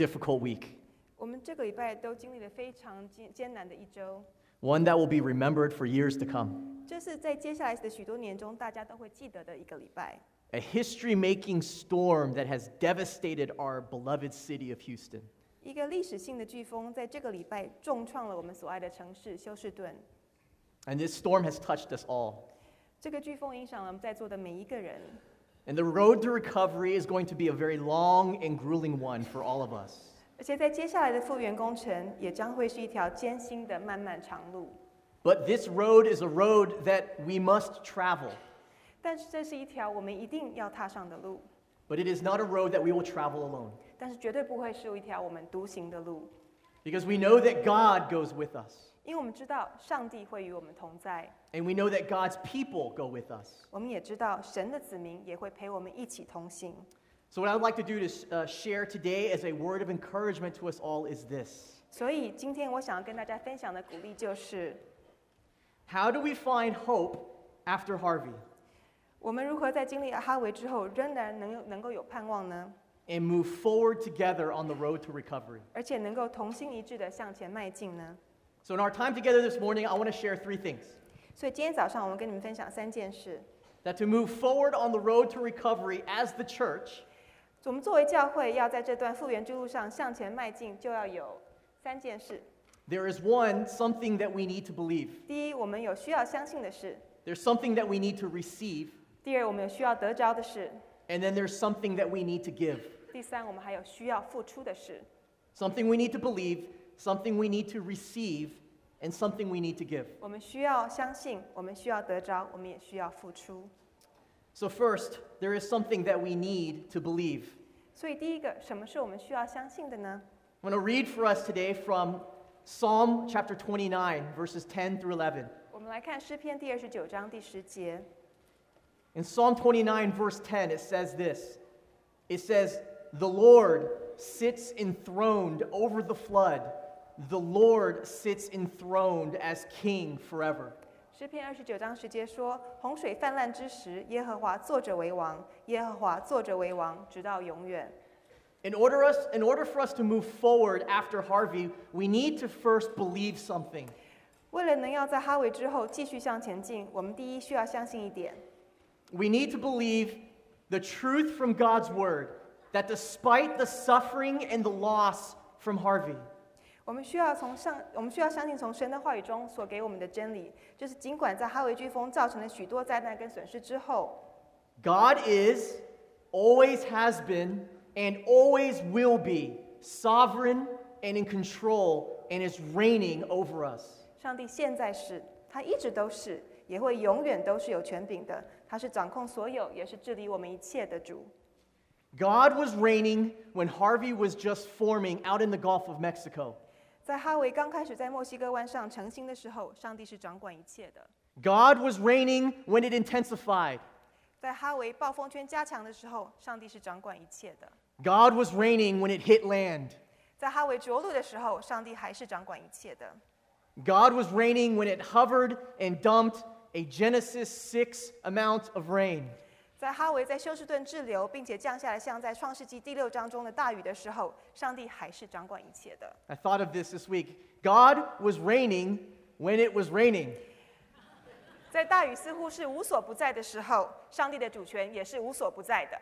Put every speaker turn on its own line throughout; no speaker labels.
difficult week,
我们这个礼拜都经历了非常艰艰难的一周，
one that will be remembered for years to come.
这是在接下来的许多年中大家都会记得的一个礼拜。
A history making storm that has devastated our beloved city of Houston.
一个历史性的飓风在这个礼拜重创了我们所爱的城市休斯顿。
And this storm has touched us all.
这个飓风影响了我们在座的每一个人，
And the road to recovery is going to be a very long and grueling one for all of us.
而且在接下来的复原工程也将会是一条艰辛的漫漫长路。
But this road is a road that we must travel.
但是这是一条我们一定要踏上的路，
But it is not a road that we will travel alone
但是绝对不会是一条我们独行的路，
because we know that God goes with us.
因为我们知道上帝会与我们同在，
And we know that God's people go with us.
我们也知道神的子民也会陪我们一起同行。
So, what I would like to do to uh, share today as a word of encouragement to us all is this
所以今天我想要跟大家分享的鼓励就是：
How do we find hope after Harvey
我们如何在经历哈维之后，仍然能有能够有盼望呢？
and move forward together on the road to recovery?
而且能够同心一致地向前迈进呢？
So, in our time together this morning, I want to share three things
所以今天早上我们跟你们分享三件事。
that to move forward on the road to recovery as the church,
我们作为教会，要在这段复原之路上向前迈进，就要有三件事。
there is one, something that we need to believe,
第一，我们有需要相信的事；
there's something that we need to receive,
第二，我们有需要得着的事；
and then there's something that we need to give.
第三，我们还有需要付出的事。
Something we need to believe, something we need to receive, and something we need to give.
我们需要相信，我们需要得着，我们也需要付出。
So, first, there is something that we need to believe.
所以，第一个，什么是我们需要相信的呢？
I'm going to read for us today from Psalm chapter 29, verses 10 through 11.
我们来看诗篇第二十九章第十节。
In Psalm 29, verse 10, it says this It says, The Lord sits enthroned over the flood. The Lord sits enthroned as king forever.
诗篇二十九章十节说：“洪水泛滥之时，耶和华坐着为王，耶和华坐着为王，直到永远。
In order, us, in order for us to move forward after Harvey, we need to first believe something. ”
为了能要在哈维之后继续向前进，我们第一需要相信一点，
We need to believe the truth from God's word that despite the suffering and the loss from Harvey,
我们需要从上，我们需要相信从神的话语中所给我们的真理，就是尽管在哈维飓风造成了许多灾难跟损失之后，
God is, always has been, and always will be sovereign and in control and is reigning over us.
上帝现在是，他一直都是，也会永远都是有权柄的，他是掌控所有，也是治理我们一切的主。
God was reigning when Harvey was just forming out in the Gulf of Mexico.
在哈维刚开始在墨西哥湾上成行的时候，上帝是掌管一切的。
God was reigning when it intensified.
在哈维暴风圈加强的时候，上帝是掌管一切的。
God was reigning when it hit land.
在哈维着陆的时候，上帝还是掌管一切的。
God was raining when it hovered and dumped a Genesis 6 amount of rain.
在哈维在休斯顿滞留，并且降下来像在创世纪第六章中的大雨的时候，上帝还是掌管一切的。
I thought of this this week. God was raining when it was raining.
在大雨似乎是无所不在的时候，上帝的主权也是无所不在的。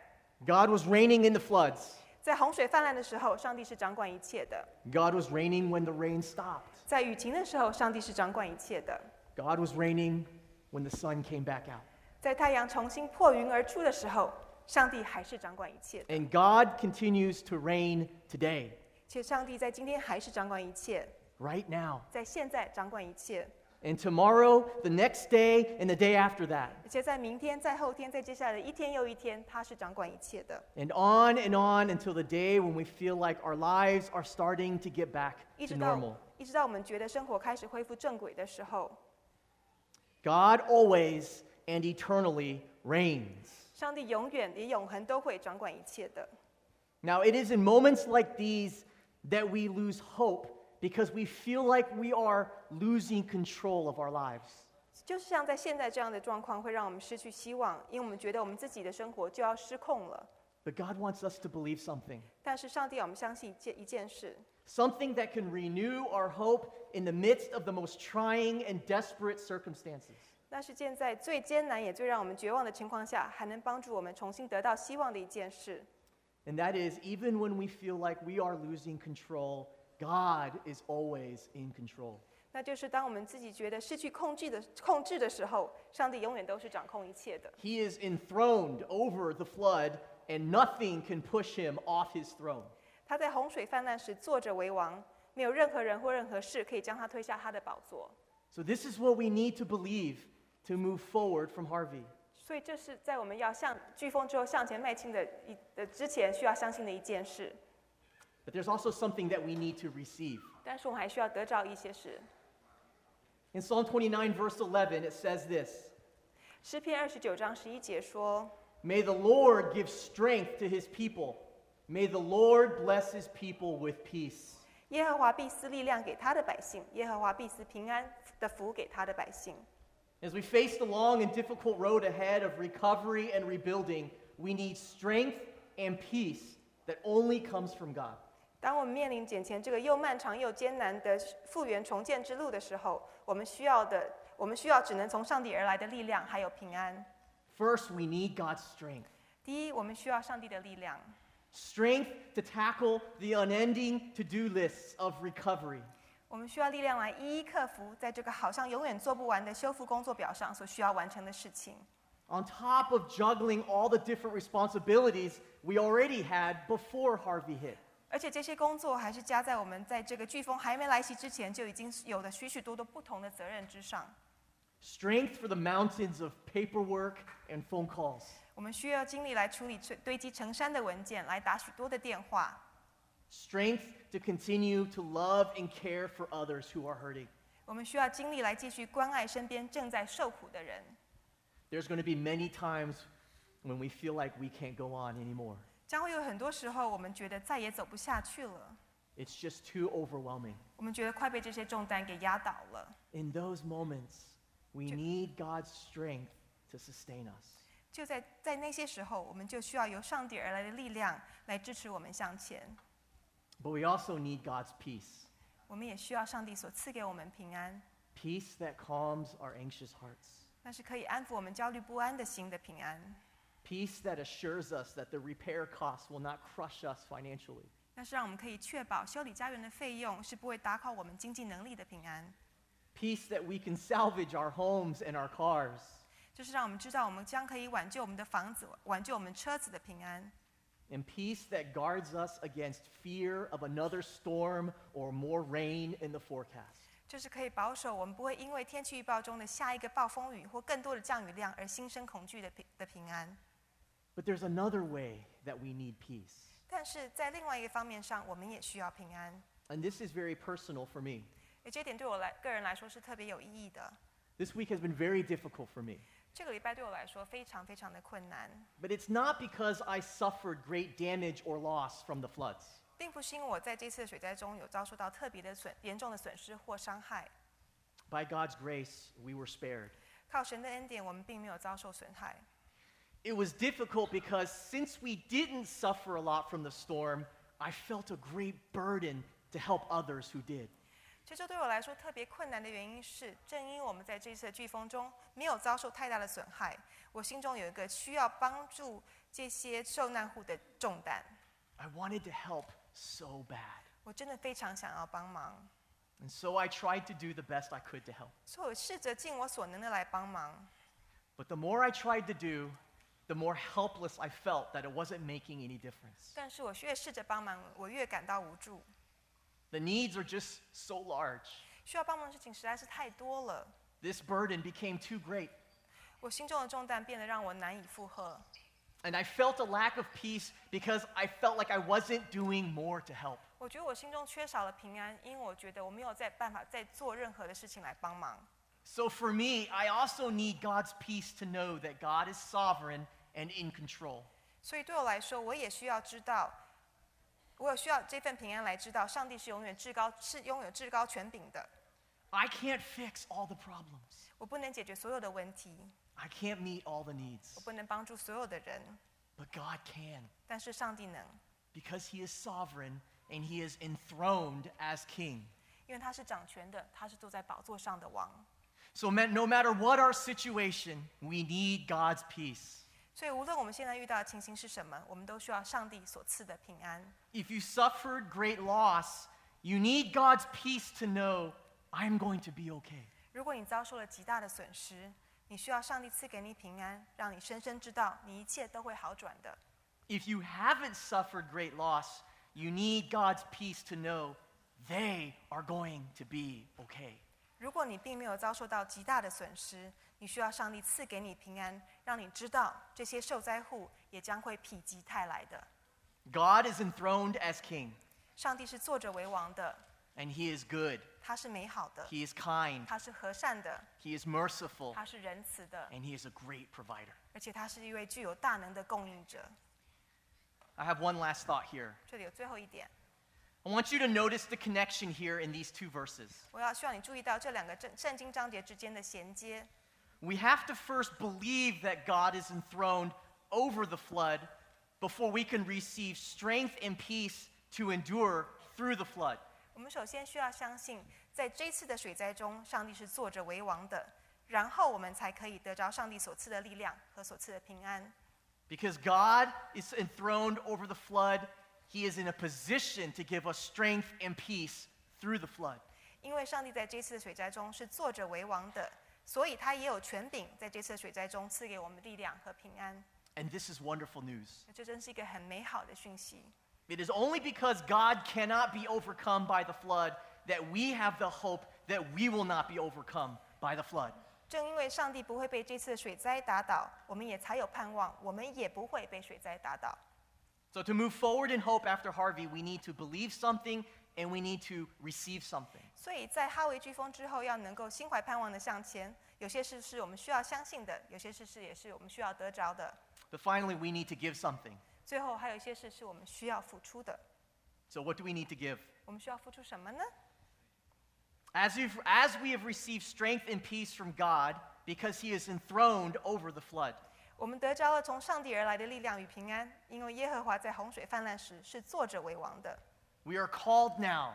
God was raining in the floods.
在洪水泛滥的时候，上帝是掌管一切的；
God was raining when the rain stopped.
在雨停的时候，上帝是掌管一切的；
God was raining when the sun came back out.
在太阳重新破云而出的时候，上帝还是掌管一切的。
And God continues to reign today,
且上帝在今天还是掌管一切，
right now.
在现在掌管一切，
And tomorrow, the next day, and the day after that.
而且在明天、在后天、在接下来的一天又一天，他是掌管一切的，
And on and on until the day when we feel like our lives are starting to get back
一
to
直到
normal.
一直到我们觉得生活开始恢复正轨的时候，
God always and eternally reigns.
上帝永远也永恒都会掌管一切的。
Now, it is in moments like these that we lose hope because we feel like we are losing control of our lives.
就是像在现在这样的状况，会让我们失去希望，因为我们觉得我们自己的生活就要失控了。
But God wants us to believe something
但是上帝要我们相信一件一件事，
something that can renew our hope in the midst of the most trying and desperate circumstances.
那是件在最艰难也最让我们绝望的情况下，还能帮助我们重新得到希望的一件事。
And that is, even when we feel like we are losing control, God is always in control.
那就是当我们自己觉得失去控制的控制的时候，上帝永远都是掌控一切的。
He is enthroned over the flood, and nothing can push him off his throne.
他在洪水泛滥时坐着为王，没有任何人或任何事可以将他推下他的宝座。
So, this is what we need to believe to move forward from Harvey.
所以，这是在我们要向飓风之后向前迈进的一的之前需要相信的一件事。
But there's also something that we need to receive.
但是，我们还需要得着一些事。
In Psalm 29, verse 11, it says this
诗篇二十九章十一节说
May the Lord give strength to his people. May the Lord bless his people with peace.：“
耶和华必赐力量给他的百姓，耶和华必赐平安的福给他的百姓。
As we face the long and difficult road ahead of recovery and rebuilding, we need strength and peace that only comes from God. ”
当我们面临眼前这个又漫长又艰难的复原重建之路的时候，我们需要的，我们需要只能从上帝而来的力量，还有平安。
First, we need God's strength
第一，我们需要上帝的力量，
strength to tackle the unending to do lists of recovery.
我们需要力量来一一克服在这个好像永远做不完的修复工作表上所需要完成的事情。
On top of juggling all the different responsibilities we already had before Harvey hit.
而且这些工作还是加在我们在这个飓风还没来袭之前就已经有的许许多多不同的责任之上。
Strength for the mountains of paperwork and phone calls.
我们需要精力来处理堆堆积成山的文件，来打许多的电话。
Strength to continue to love and care for others who are hurting.
我们需要精力来继续关爱身边正在受苦的人。
There's going to be many times when we feel like we can't go on anymore.
将会有很多时候，我们觉得再也走不下去了，
It's just too overwhelming.
我们觉得快被这些重担给压倒了。
In those moments, we
Ju-
need God's strength to sustain us.
就在在那些时候，我们就需要由上帝而来的力量来支持我们向前。
But we also need God's peace
我们也需要上帝所赐给我们平安，
peace that calms our anxious hearts,
那是可以安抚我们焦虑不安的心的平安，
peace that assures us that the repair costs will not crush us financially,
那是让我们可以确保修理家园的费用是不会打垮我们经济能力的平安。
peace that we can salvage our homes and our cars,
就是让我们知道，我们将可以挽救我们的房子，挽救我们车子的平安。
and peace that guards us against fear of another storm or more rain in the forecast.
这是可以保守我们不会因为天气预报中的下一个暴风雨或更多的降雨量而心生恐惧的平的平安。
But there's another way that we need peace.
但是在另外一个方面上，我们也需要平安。
And this is very personal for me.
诶，这点对我来个人来说是特别有意义的。
This week has been very difficult for me.
这个礼拜对我来说非常非常的困难，
But it's not because I suffered great damage or loss from the floods.
并不是因为我在这次的水灾中有遭受到特别的损严重的损失或伤害。
By God's grace, we were spared.
靠神的恩典，我们并没有遭受损害。
It was difficult because since we didn't suffer a lot from the storm, I felt a great burden to help others who did.
这就对我来说特别困难的原因是，正因我们在这次的飓风中没有遭受太大的损害，我心中有一个需要帮助这些受难户的重担。
I wanted to help so bad.
我真的非常想要帮忙，
And so I tried to do the best I could to help.
所以我试着尽我所能的来帮忙。
But the more I tried to do, the more helpless I felt that it wasn't making any difference.
但是我越试着帮忙，我越感到无助。
The needs are just so large.
需要帮忙的事情实在是太多了，
This burden became too great,
我心中的重担变得让我难以负荷。
and I felt a lack of peace because I felt like I wasn't doing more to help.
我觉得我心中缺少了平安，因为我觉得我没有再办法再做任何的事情来帮忙。
So for me, I also need God's peace to know that God is sovereign and in control.
所以对我来说，我也需要知道，我也需要这份平安来知道，上帝是永远至高，是拥有至高权柄的。
I can't fix all the problems.
我不能解决所有的问题，
I can't meet all the needs.
我不能帮助所有的人，
But God can
但是上帝能，
because He is sovereign and He is enthroned as King.
因为他是掌权的，他是坐在宝座上的王。
So, man, no matter what our situation, we need God's peace.
所以无论我们现在遇到的情形是什么，我们都需要上帝所赐的平安。
If you suffered great loss, you need God's peace to know I'm going to be okay.
如果你遭受了极大的损失，你需要上帝赐给你平安，让你深深知道你一切都会好转的。
If you haven't suffered great loss, you need God's peace to know they are going to be okay.
如果你并没有遭受到极大的损失，你需要上帝赐给你平安，让你知道这些受灾户也将会否极泰来的。
God is enthroned as king,
上帝是坐着为王的，
and he is good,
他是美好的，
he is kind,
他是和善的，
he is merciful,
他是仁慈的，
and he is a great provider.
而且他是一位具有大能的供应者。
I have one last thought here.
这里有最后一点，
I want you to notice the connection here in these two verses.
我要希望你注意到这两个正圣经章节之间的衔接。
We have to first believe that God is enthroned over the flood before we can receive strength and peace to endure through the flood.
我们首先需要相信，在这次的水灾中，上帝是坐着为王的，然后我们才可以得着上帝所赐的力量和所赐的平安。
Because God is enthroned over the flood, He is in a position to give us strength and peace through the flood.
因为上帝在这次的水灾中是坐着为王的，所以他也有权柄在这次的水灾中赐给我们力量和平安。
And this is wonderful news.
这真是一个很美好的讯息。
It is only because God cannot be overcome by the flood that we have the hope that we will not be overcome by the flood.
正因为上帝不会被这次的水灾打倒，我们也才有盼望，我们也不会被水灾打倒。
So, to move forward in hope after Harvey, we need to believe something and we need to receive something.
所以在哈维飓风之后，要能够心怀盼望的向前。有些事是我们需要相信的，有些事是也是我们需要得着的。
But finally, we need to give something.
最后还有一些事是我们需要付出的。
So, what do we need to give?
我们需要付出什么呢？
As, you've, as we have received strength and peace from God because he is enthroned over the flood,
我们得着了从上帝而来的力量与平安，因为耶和华在洪水泛滥时是坐着为王的。
we are called now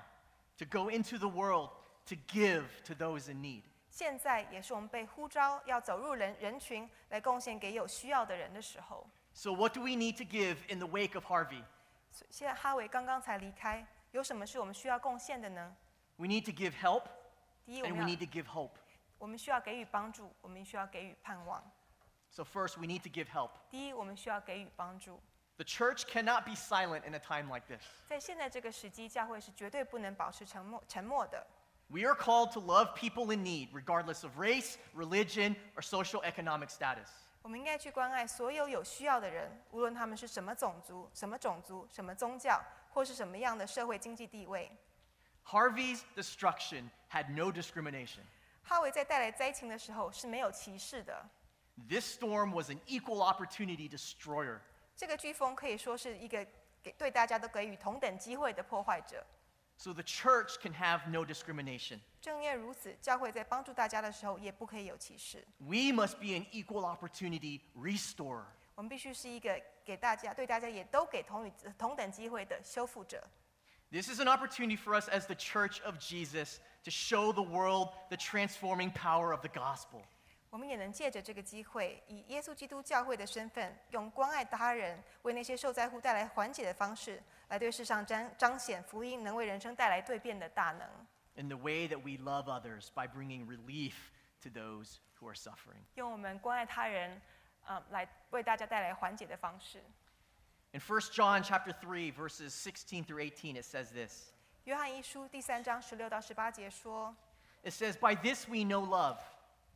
to go into the world to give to those in need.
现在也是我们被呼召要走入人人群来贡献给有需要的人的时候。
So, what do we need to give in the wake of Harvey?
所以现在哈维刚刚才离开，有什么是我们需要贡献的呢？
We need to give help
第一，我
and we
们
need
要
to give hope.
我们需要给予帮助，我们需要给予盼望。
So, first, we need to give help.
第一，我们需要给予帮助。
The church cannot be silent in a time like this.
在现在这个时机，教会是绝对不能保持沉默沉默的。
We are called to love people in need, regardless of race, religion, or social economic status.
我们应该去关爱所有有需要的人，无论他们是什么种族、什么种族、什么宗教，或是什么样的社会经济地位。
Harvey's destruction had no discrimination.
哈维在带来灾情的时候是没有歧视的。
This storm was an equal opportunity destroyer.
这个飓风可以说是一个给对大家都给予同等机会的破坏者。
So the church can have no discrimination.
正因为如此，教会在帮助大家的时候也不可以有歧视。
We must be an equal opportunity restorer.
我们必须是一个给大家、对大家也都给同与同等机会的修复者。
This is an opportunity for us as the church of Jesus to show the world the transforming power of the gospel.
我们也能借着这个机会，以耶稣基督教会的身份，用关爱他人、为那些受灾户带来缓解的方式，来对世上彰彰显福音能为人生带来蜕变的大能。
in the way that we love others by bringing relief to those who are suffering.
用我们关爱他人，嗯，来为大家带来缓解的方式。
In 1 John chapter 3 verses 16 through 18 it says this.
约翰一书第三章十六到十八节说
It says, "By this we know love,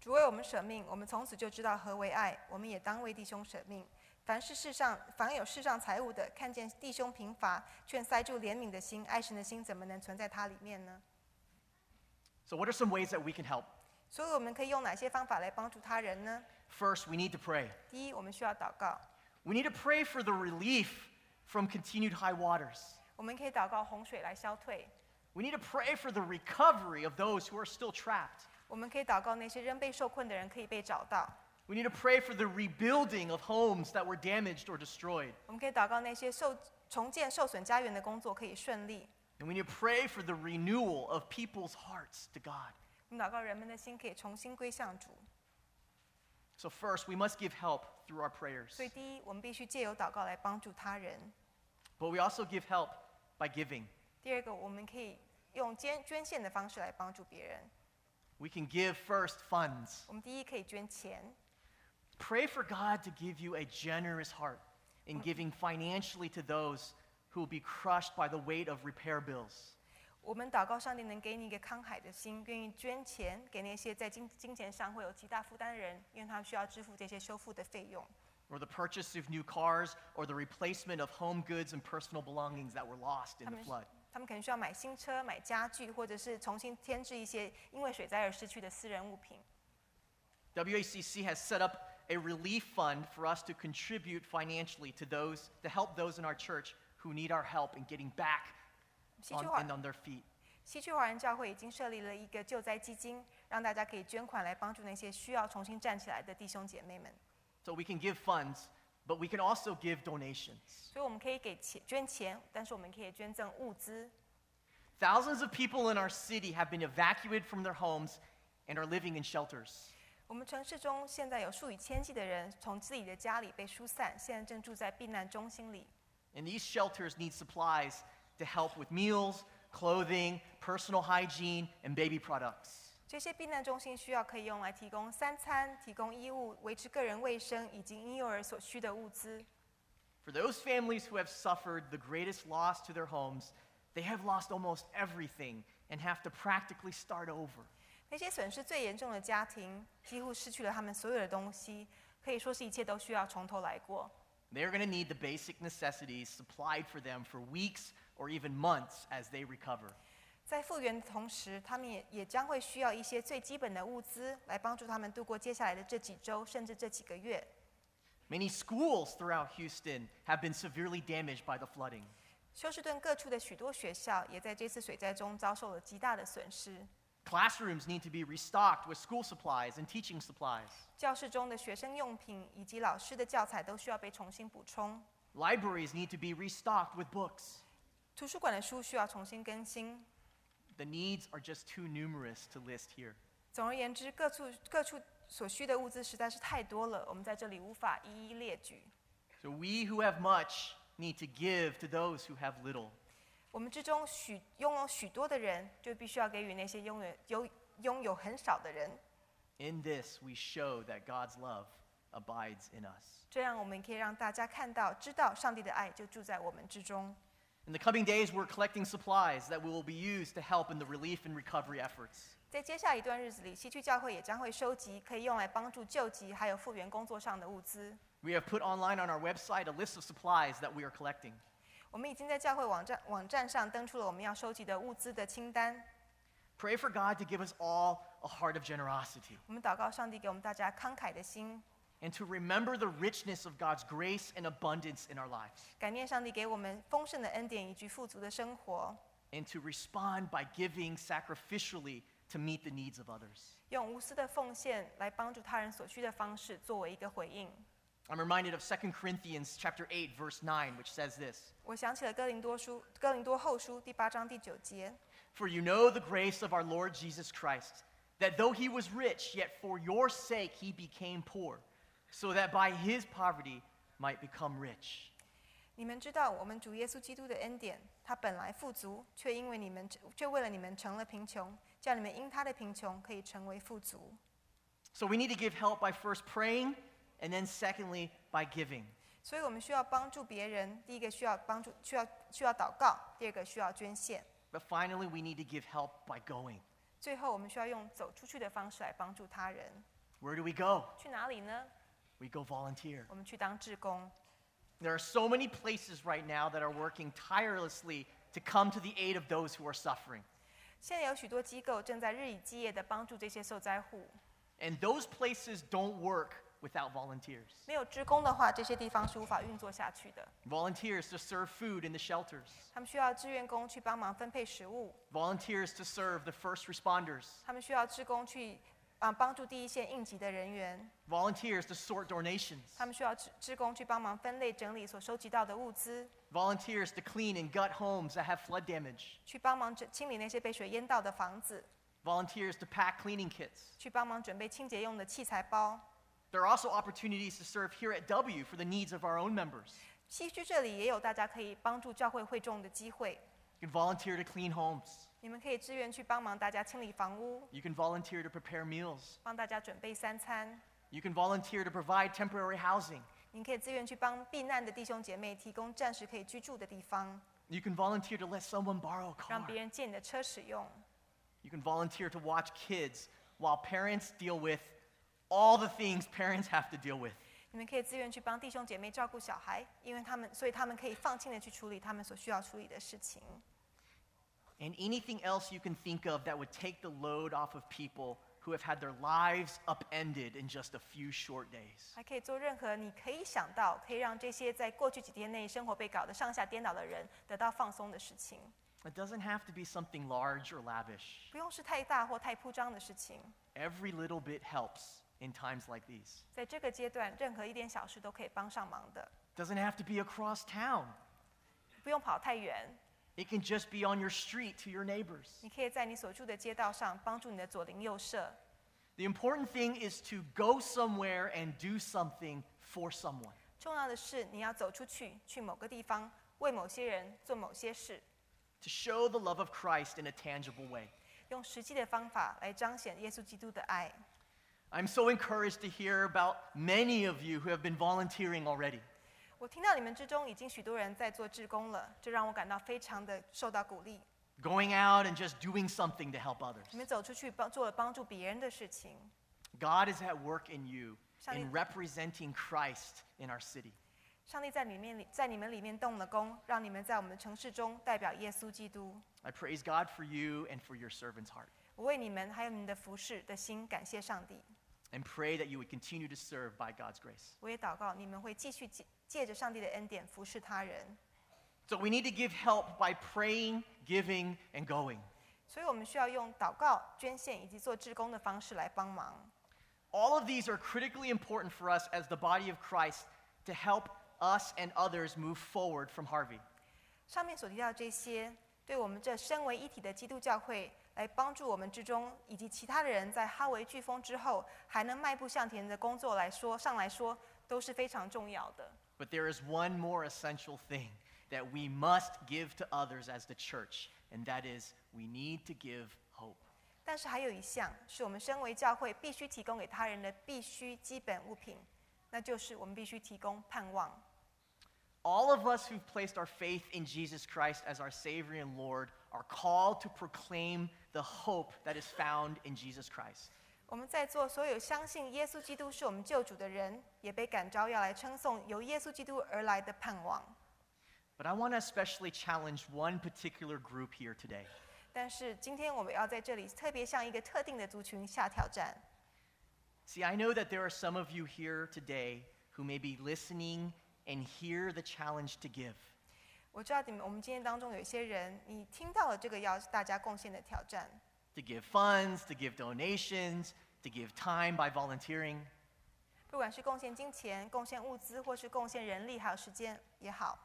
主为我们舍命，我们从此就知道何为爱。我们也当为弟兄舍命。凡是世上凡有世上财物的，看见弟兄贫乏，劝塞住怜悯的心，爱神的心怎么能存在他里面呢？
So, what are some ways that we can help?
所所以我们可以用哪些方法来帮助他人呢？
First, we need to pray.
第一，我们需要祷告，
We need to pray for the relief from continued high waters.
我们可以祷告洪水来消退，
We need to pray for the recovery of those who are still trapped.
我们可以祷告那些仍被受困的人可以被找到，
We need to pray for the rebuilding of homes that were damaged or destroyed.
我们可以祷告那些受重建受损家园的工作可以顺利，
And we need to pray for the renewal of people's hearts to God.
我们祷告人们的心可以重新归向主。
So, first, we must give help through our prayers.
所以，第一，我们必须借由祷告来帮助他人；
But we also give help by giving.
第二个，我们可以用捐捐献的方式来帮助别人。
We can give first funds.
我们第一可以捐钱，
Pray for God to give you a generous heart in giving financially to those who will be crushed by the weight of repair bills.
我们祷告上帝能给你一个慷慨的心，愿意捐钱给那些在金金钱上会有极大负担的人，因为他们需要支付这些修复的费用，
or the purchase of new cars, or the replacement of home goods and personal belongings that were lost in the
他们
flood.
他们可能需要买新车、买家具，或者是重新添置一些因为水灾而失去的私人物品。
WACC has set up a relief fund for us to contribute financially to those, to help those in our church who need our help in getting back
西
on,
区华
and on their feet.
西区华人教会已经设立了一个救灾基金，让大家可以捐款来帮助那些需要重新站起来的弟兄姐妹们。
So we can give funds, but we can also give donations.
所以我们可以给钱捐钱，但是我们可以捐赠物资。
Thousands of people in our city have been evacuated from their homes and are living in shelters.
我们城市中现在有数以千计的人从自己的家里被疏散，现在正住在避难中心里。
And these shelters need supplies to help with meals, clothing, personal hygiene, and baby products.
这些避难中心需要可以用来提供三餐、提供衣物、维持个人卫生以及婴幼儿所需的物资。
For those families who have suffered the greatest loss to their homes, they have lost almost everything and have to practically start over.
那些损失最严重的家庭几乎失去了他们所有的东西，可以说是一切都需要从头来过。
They're going to need the basic necessities supplied for them for weeks or even months as they recover.
在复原的同时，他们也也将会需要一些最基本的物资来帮助他们度过接下来的这几周，甚至这几个月。
Many schools throughout Houston have been severely damaged by the flooding.
休斯顿各处的许多学校也在这次水灾中遭受了极大的损失。
Classrooms need to be restocked with school supplies and teaching supplies.
教室中的学生用品以及老师的教材都需要被重新补充。
Libraries need to be restocked with books.
图书馆的书需要重新更新。
The needs are just too numerous to list here.
总而言之，各处各处所需的物资实在是太多了，我们在这里无法一一列举。
So we who have much need to give to those who have little.
我们之中许拥有许多的人，就必须要给予那些拥有有拥有很少的人，
In this, we show that God's love abides in us.
这样我们可以让大家看到、知道上帝的爱就住在我们之中。
In the coming days, we're collecting supplies that will be used to help in the relief and recovery efforts.
在接下一段日子里，西区教会也将会收集可以用来帮助救急还有复原工作上的物资。
We have put online on our website a list of supplies that we are collecting.
我们已经在教会网站网站上登出了我们要收集的物资的清单。
Pray for God to give us all a heart of generosity
我们祷告上帝给我们大家慷慨的心，
and to remember the richness of God's grace and abundance in our lives
感念上帝给我们丰盛的恩典以及富足的生活，
and to respond by giving sacrificially to meet the needs of others.
用无私的奉献来帮助他人所需的方式作为一个回应。
I'm reminded of 2 Corinthians chapter 8 verse 9 which says this:
我想起了哥林多书哥林多后书第八章第九节，
For you know the grace of our Lord Jesus Christ, that though he was rich, yet for your sake he became poor, so that by his poverty might become rich.
你们知道我们主耶稣基督的恩典，他本来富足，却因为你们却为了你们成了贫穷，叫你们因他的贫穷可以成为富足。
So we need to give help by first praying and then secondly by giving.
所以我们需要帮助别人，第一个需要帮助，需要需要祷告；第二个需要捐献；
But finally we need to give help by going.
最后我们需要用走出去的方式来帮助他人。
Where do we go?
去哪里呢？
We go volunteer.
我们去当志工。
There are so many places right now that are working tirelessly to come to the aid of those who are suffering.
现在有许多机构正在日以继夜地帮助这些受灾户。
And those places don't work without volunteers.
没有职工的话，这些地方是无法运作下去的。
Volunteers to serve food in the shelters,
他们需要志愿工去帮忙分配食物，
volunteers to serve the first responders,
他们需要志工去啊、帮助第一线应急的人员，
volunteers to sort donations,
他们需要志志工去帮忙分类整理所收集到的物资，
volunteers to clean and gut homes that have flood damage,
去帮忙整清理那些被水淹到的房子，
volunteers to pack cleaning kits.
去帮忙准备清洁用的器材包。
There are also opportunities to serve here at W for the needs of our own members.
西区这里也有大家可以帮助教会会众的机会，
You can volunteer to clean homes.
你们可以志愿去帮忙大家清理房屋，
You can volunteer to prepare meals.
帮大家准备三餐，
You can volunteer to provide temporary housing.
你可以自愿去帮避难的弟兄姐妹提供暂时可以居住的地方，
You can volunteer to let someone borrow a
让
car.
别人借你的车使用。
You can volunteer to watch kids while parents deal with all the things parents have to deal with.
你们可以自愿去帮弟兄姐妹照顾小孩，因为他们，所以他们可以放心的去处理他们所需要处理的事情。
And anything else you can think of that would take the load off of people who have had their lives upended in just a few short days.
还可以做任何你可以想到可以让这些在过去几天内生活被搞得上下颠倒的人得到放松的事情，
It doesn't have to be something large or lavish.
不用是太大或太铺张的事情。
Every little bit helps in times like these.
在这个阶段，任何一点小事都可以帮上忙的，
Doesn't have to be across town.
不用跑太远，
It can just be on your street to your neighbors.
你可以在你所住的街道上帮助你的左邻右舍。
The important thing is to go somewhere and do something for someone.
重要的是，你要走出去，去某个地方，为某些人做某些事，
to show the love of Christ in a tangible way.
用实际的方法来彰显耶稣基督的爱。
I'm so encouraged to hear about many of you who have been volunteering already.
我听到你们之中已经许多人在做志工了，这让我感到非常的受到鼓励。
Going out and just doing something to help others.
你们走出去帮做了帮助别人的事情，
God is at work in you in
Sally-
representing Christ in our city.
上帝在里面里在你们里面动了工，让你们在我们的城市中代表耶稣基督。
I praise God for you and for your servant's heart
我为你们还有你们的服侍的心感谢上帝。
and pray that you would continue to serve by God's grace.
我也祷告你们会继续借借着上帝的恩典服侍他人。
So we need to give help by praying, giving, and going.
所以我们需要用祷告、捐献以及做志工的方式来帮忙。
All of these are critically important for us as the body of Christ to help us and others move forward from Harvey.
上面所提到的这些，对我们这身为一体的基督教会来帮助我们之中以及其他的人在哈维飓风之后还能迈步向前的工作来说，上来说都是非常重要的。
But there is one more essential thing that we must give to others as the church, and that is we need to give hope.
但是还有一项是我们身为教会必须提供给他人的必须基本物品，那就是我们必须提供盼望。
All of us who've placed our faith in Jesus Christ as our Savior and Lord are called to proclaim the hope that is found in Jesus Christ.
我们在座所有相信耶稣基督是我们救主的人，也被感召要来称颂由耶稣基督而来的盼望。
But I want to especially challenge one particular group here today.
但是今天我们要在这里特别向一个特定的族群下挑战。
See, I know that there are some of you here today who may be listening and hear the challenge to give.
我知道你们，我们今天当中有一些人，你听到了这个要大家贡献的挑战，
to give funds, to give donations, to give time by volunteering.
不管是贡献金钱、贡献物资，或是贡献人力还有时间也好，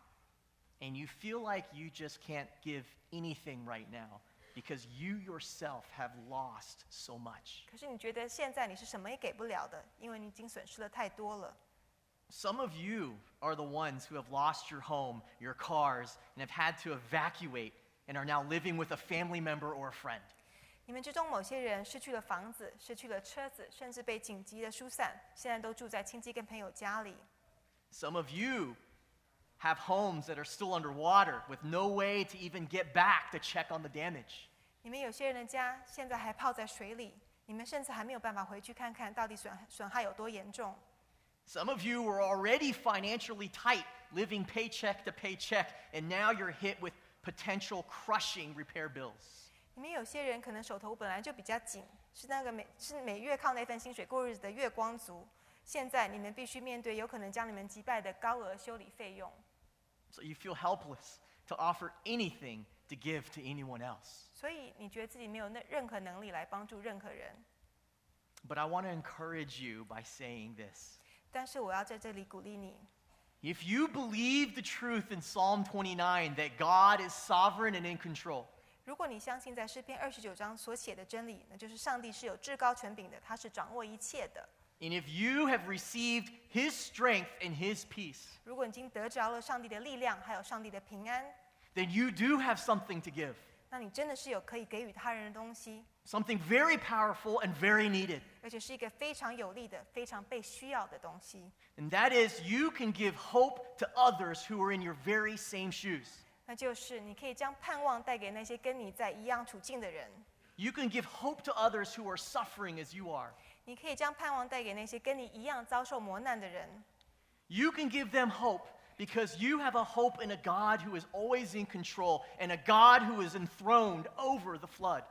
And you feel like you just can't give anything right now because you yourself have lost so much.
可是你觉得现在你是什么也给不了的，因为你已经损失了太多了。
Some of you are the ones who have lost your home, your cars, and have had to evacuate and are now living with a family member or a friend.
你们之中某些人失去了房子，失去了车子，甚至被紧急的疏散，现在都住在亲戚跟朋友家里。
Some of you have homes that are still underwater with no way to even get back to check on the damage.
你们有些人的家现在还泡在水里，你们甚至还没有办法回去看看到底损损害有多严重。
Some of you were already financially tight, living paycheck to paycheck, and now you're hit with potential crushing repair bills.
你们有些人可能手头本来就比较紧，是那个每是每月靠那份薪水过日子的月光族，现在你们必须面对有可能将你们击败的高额修理费用，
So you feel helpless to offer anything to give to anyone else.
所以你觉得自己没有那任何能力来帮助任何人。
But I want to encourage you by saying this.
但是我要在这里鼓励你，
If you believe the truth in Psalm 29 that God is sovereign and in control,
如果你相信在诗篇二十九章所写的真理，那就是上帝是有至高权柄的，他是掌握一切的。
and if you have received his strength and his peace,
如果你已经得着了上帝的力量，还有上帝的平安，
then you do have something to give,
那你真的是有可以给予他人的东西，
something very powerful and very needed.
而且是一个非常有力的、非常被需要的东西。
And that is, you can give hope to others who are in your very same shoes.
那就是你可以将盼望带给那些跟你在一样处境的人，
You can give hope to others who are suffering as you are.
你可以将盼望带给那些跟你一样遭受磨难的人，
You can give them hope because you have a hope in a God who is always in control and a God who is enthroned over the flood.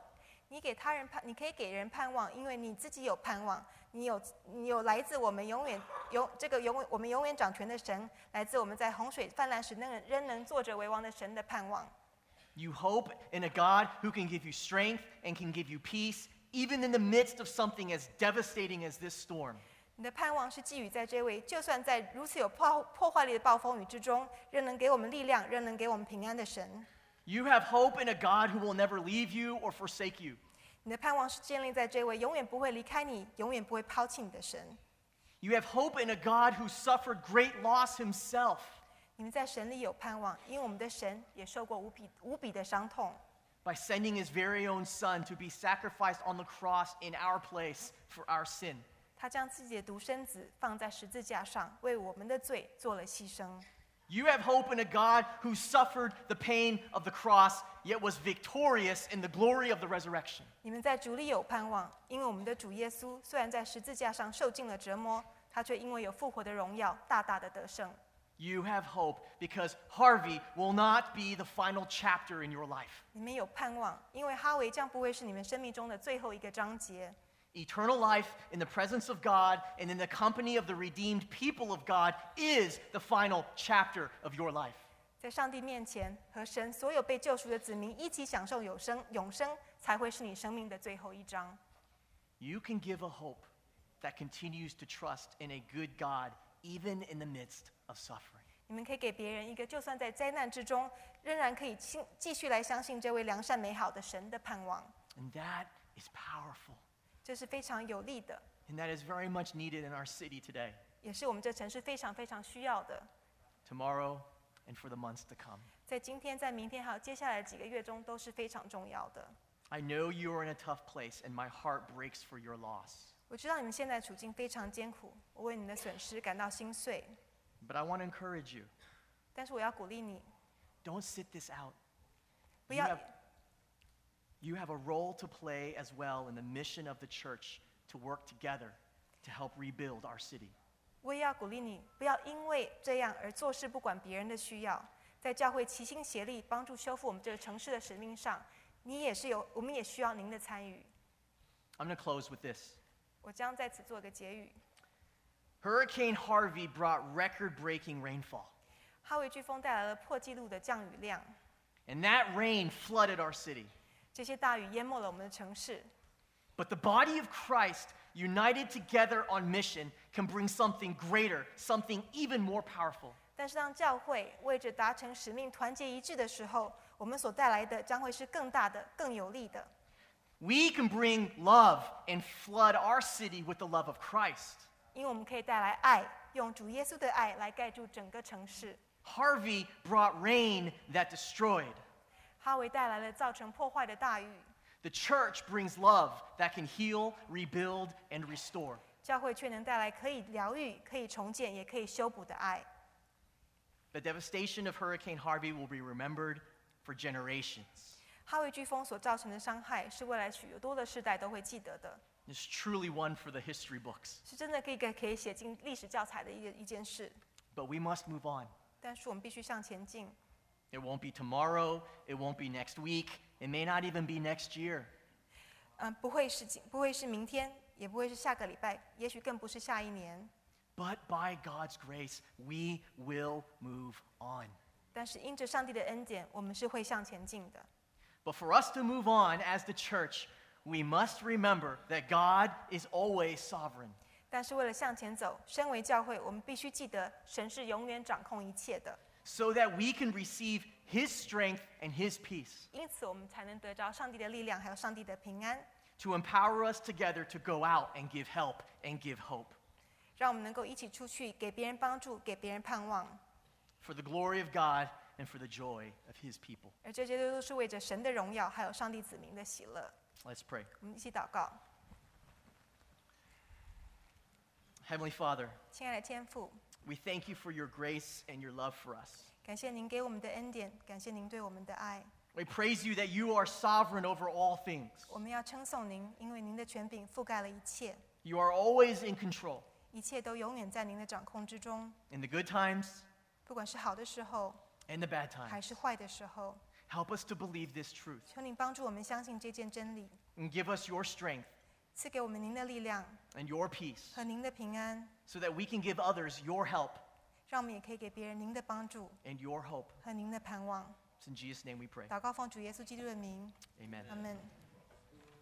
你给他人盼，你可以给人盼望，因为你自己有盼望，你有你有来自我们永远永这个永我们永远掌权的神，来自我们在洪水泛滥时仍仍能坐着为王的神的盼望。
You hope in a God who can give you strength and can give you peace, even in the midst of something as devastating as this storm.
你的盼望是寄予在这位，就算在如此有破破坏力的暴风雨之中，仍能给我们力量，仍能给我们平安的神。
You have hope in a God who will never leave you or forsake you.
你的盼望是建立在这位永远不会离开你、永远不会抛弃你的神。
You have hope in a God who suffered great loss himself.
你们在神里有盼望，因为我们的神也受过无比无比的伤痛。
By sending his very own son to be sacrificed on the cross in our place for our sin.
他将自己的独生子放在十字架上，为我们的罪做了牺牲。
You have hope in a God who suffered the pain of the cross, yet was victorious in the glory of the resurrection.
你们在主里有盼望，因为我们的主耶稣虽然在十字架上受尽了折磨，他却因为有复活的荣耀，大大的得胜。
You have hope because Harvey will not be the final chapter in your life.
你们有盼望，因为哈维将不会是你们生命中的最后一个章节。
Eternal life in the presence of God and in the company of the redeemed people of God is the final chapter of your life.
在上帝面前和神所有被救赎的子民一起享受永生，永生才会是你生命的最后一章。
You can give a hope that continues to trust in a good God even in the midst of suffering.
你们可以给别人一个，就算在灾难之中，仍然可以信继续来相信这位良善美好的神的盼望，
And that is powerful.
这是非常有力的，
And that is very much needed in our city today.
也是我们这城市非常非常需要的。
tomorrow, and for the months to come.
在今天、在明天还有接下来几个月中都是非常重要的。
I know you are in a tough place, and my heart breaks for your loss.
我知道你们现在处境非常艰苦，我为你们的损失感到心碎，
But I want to encourage you
但是我要鼓励你，
don't sit this out.
不要
you have a role to play as well in the mission of the church to work together to help rebuild our city.
我也要鼓励你，不要因为这样而做事不管别人的需要，在教会齐心协力帮助修复我们这个城市的使命上，你也是有，我们也需要您的参与。
I'm going to close with this.
我将在此做个结语。
Hurricane Harvey brought record breaking rainfall,
哈维飓风带来了破纪录的降雨量，
and that rain flooded our city.
这些大雨淹没了我们的城市。
But the body of Christ, united together on mission, can bring something greater, something even more powerful.
但是当教会为着达成使命团结一致的时候，我们所带来的将会是更大的、更有力的。
We can bring love and flood our city with the love of Christ.
因为我们可以带来爱，用主耶稣的爱来盖住整个城市。
Harvey brought rain that destroyed.
哈维带来了造成破坏的大雨，
The church brings love that can heal, rebuild, and restore.
教会却能带来可以疗愈、可以重建、也可以修补的爱。
The devastation of Hurricane Harvey will be remembered for generations.
哈维飓风所造成的伤害，是未来许多的世代都会记得的，
It's truly one for the history books.
是真的可以给可以写进历史教材的一个一件事。
But we must move on.
但是我们必须向前进，
It won't be tomorrow, it won't be next week, It may not even be next year.
嗯，不会是今，不会是明天，也不会是下个礼拜，也许更不是下一年。
But by God's grace, we will move on.
但是因着上帝的恩典，我们是会向前进的。
But for us to move on as the church, we must remember that God is always sovereign.
但是为了向前走，身为教会，我们必须记得神是永远掌控一切的，
so that we can receive His strength and His peace
因此我们才能得着上帝的力量，还有上帝的平安，
to empower us together to go out and give help and give hope
让我们能够一起出去，给别人帮助，给别人盼望。
for the glory of God and for the joy of His people.
而这些都是为着神的荣耀，还有上帝子民的喜乐。
Let's pray.
我们一起祷告，
Heavenly Father,
亲爱的天父，
we thank you for your grace and your love for us.
感谢您给我们的恩典，感谢您对我们的爱。
We praise you that you are sovereign over all things.
我们要称颂您，因为您的权柄覆盖了一切，
You are always in control
一切都永远在您的掌控之中。
in the good times
不管是好的时候，
and the bad
还
times.
是坏的时候，
Help us to believe this truth
求您帮助我们相信这件真理，
and give us your strength
赐给我们您的力量
and your peace
和您的平安，
so that we can give others your help
让我们也可以给别人您的帮助
and your hope.
和您的盼望。
It's in Jesus' name we pray.
祷告奉主耶稣基督的名，
Amen.
阿门。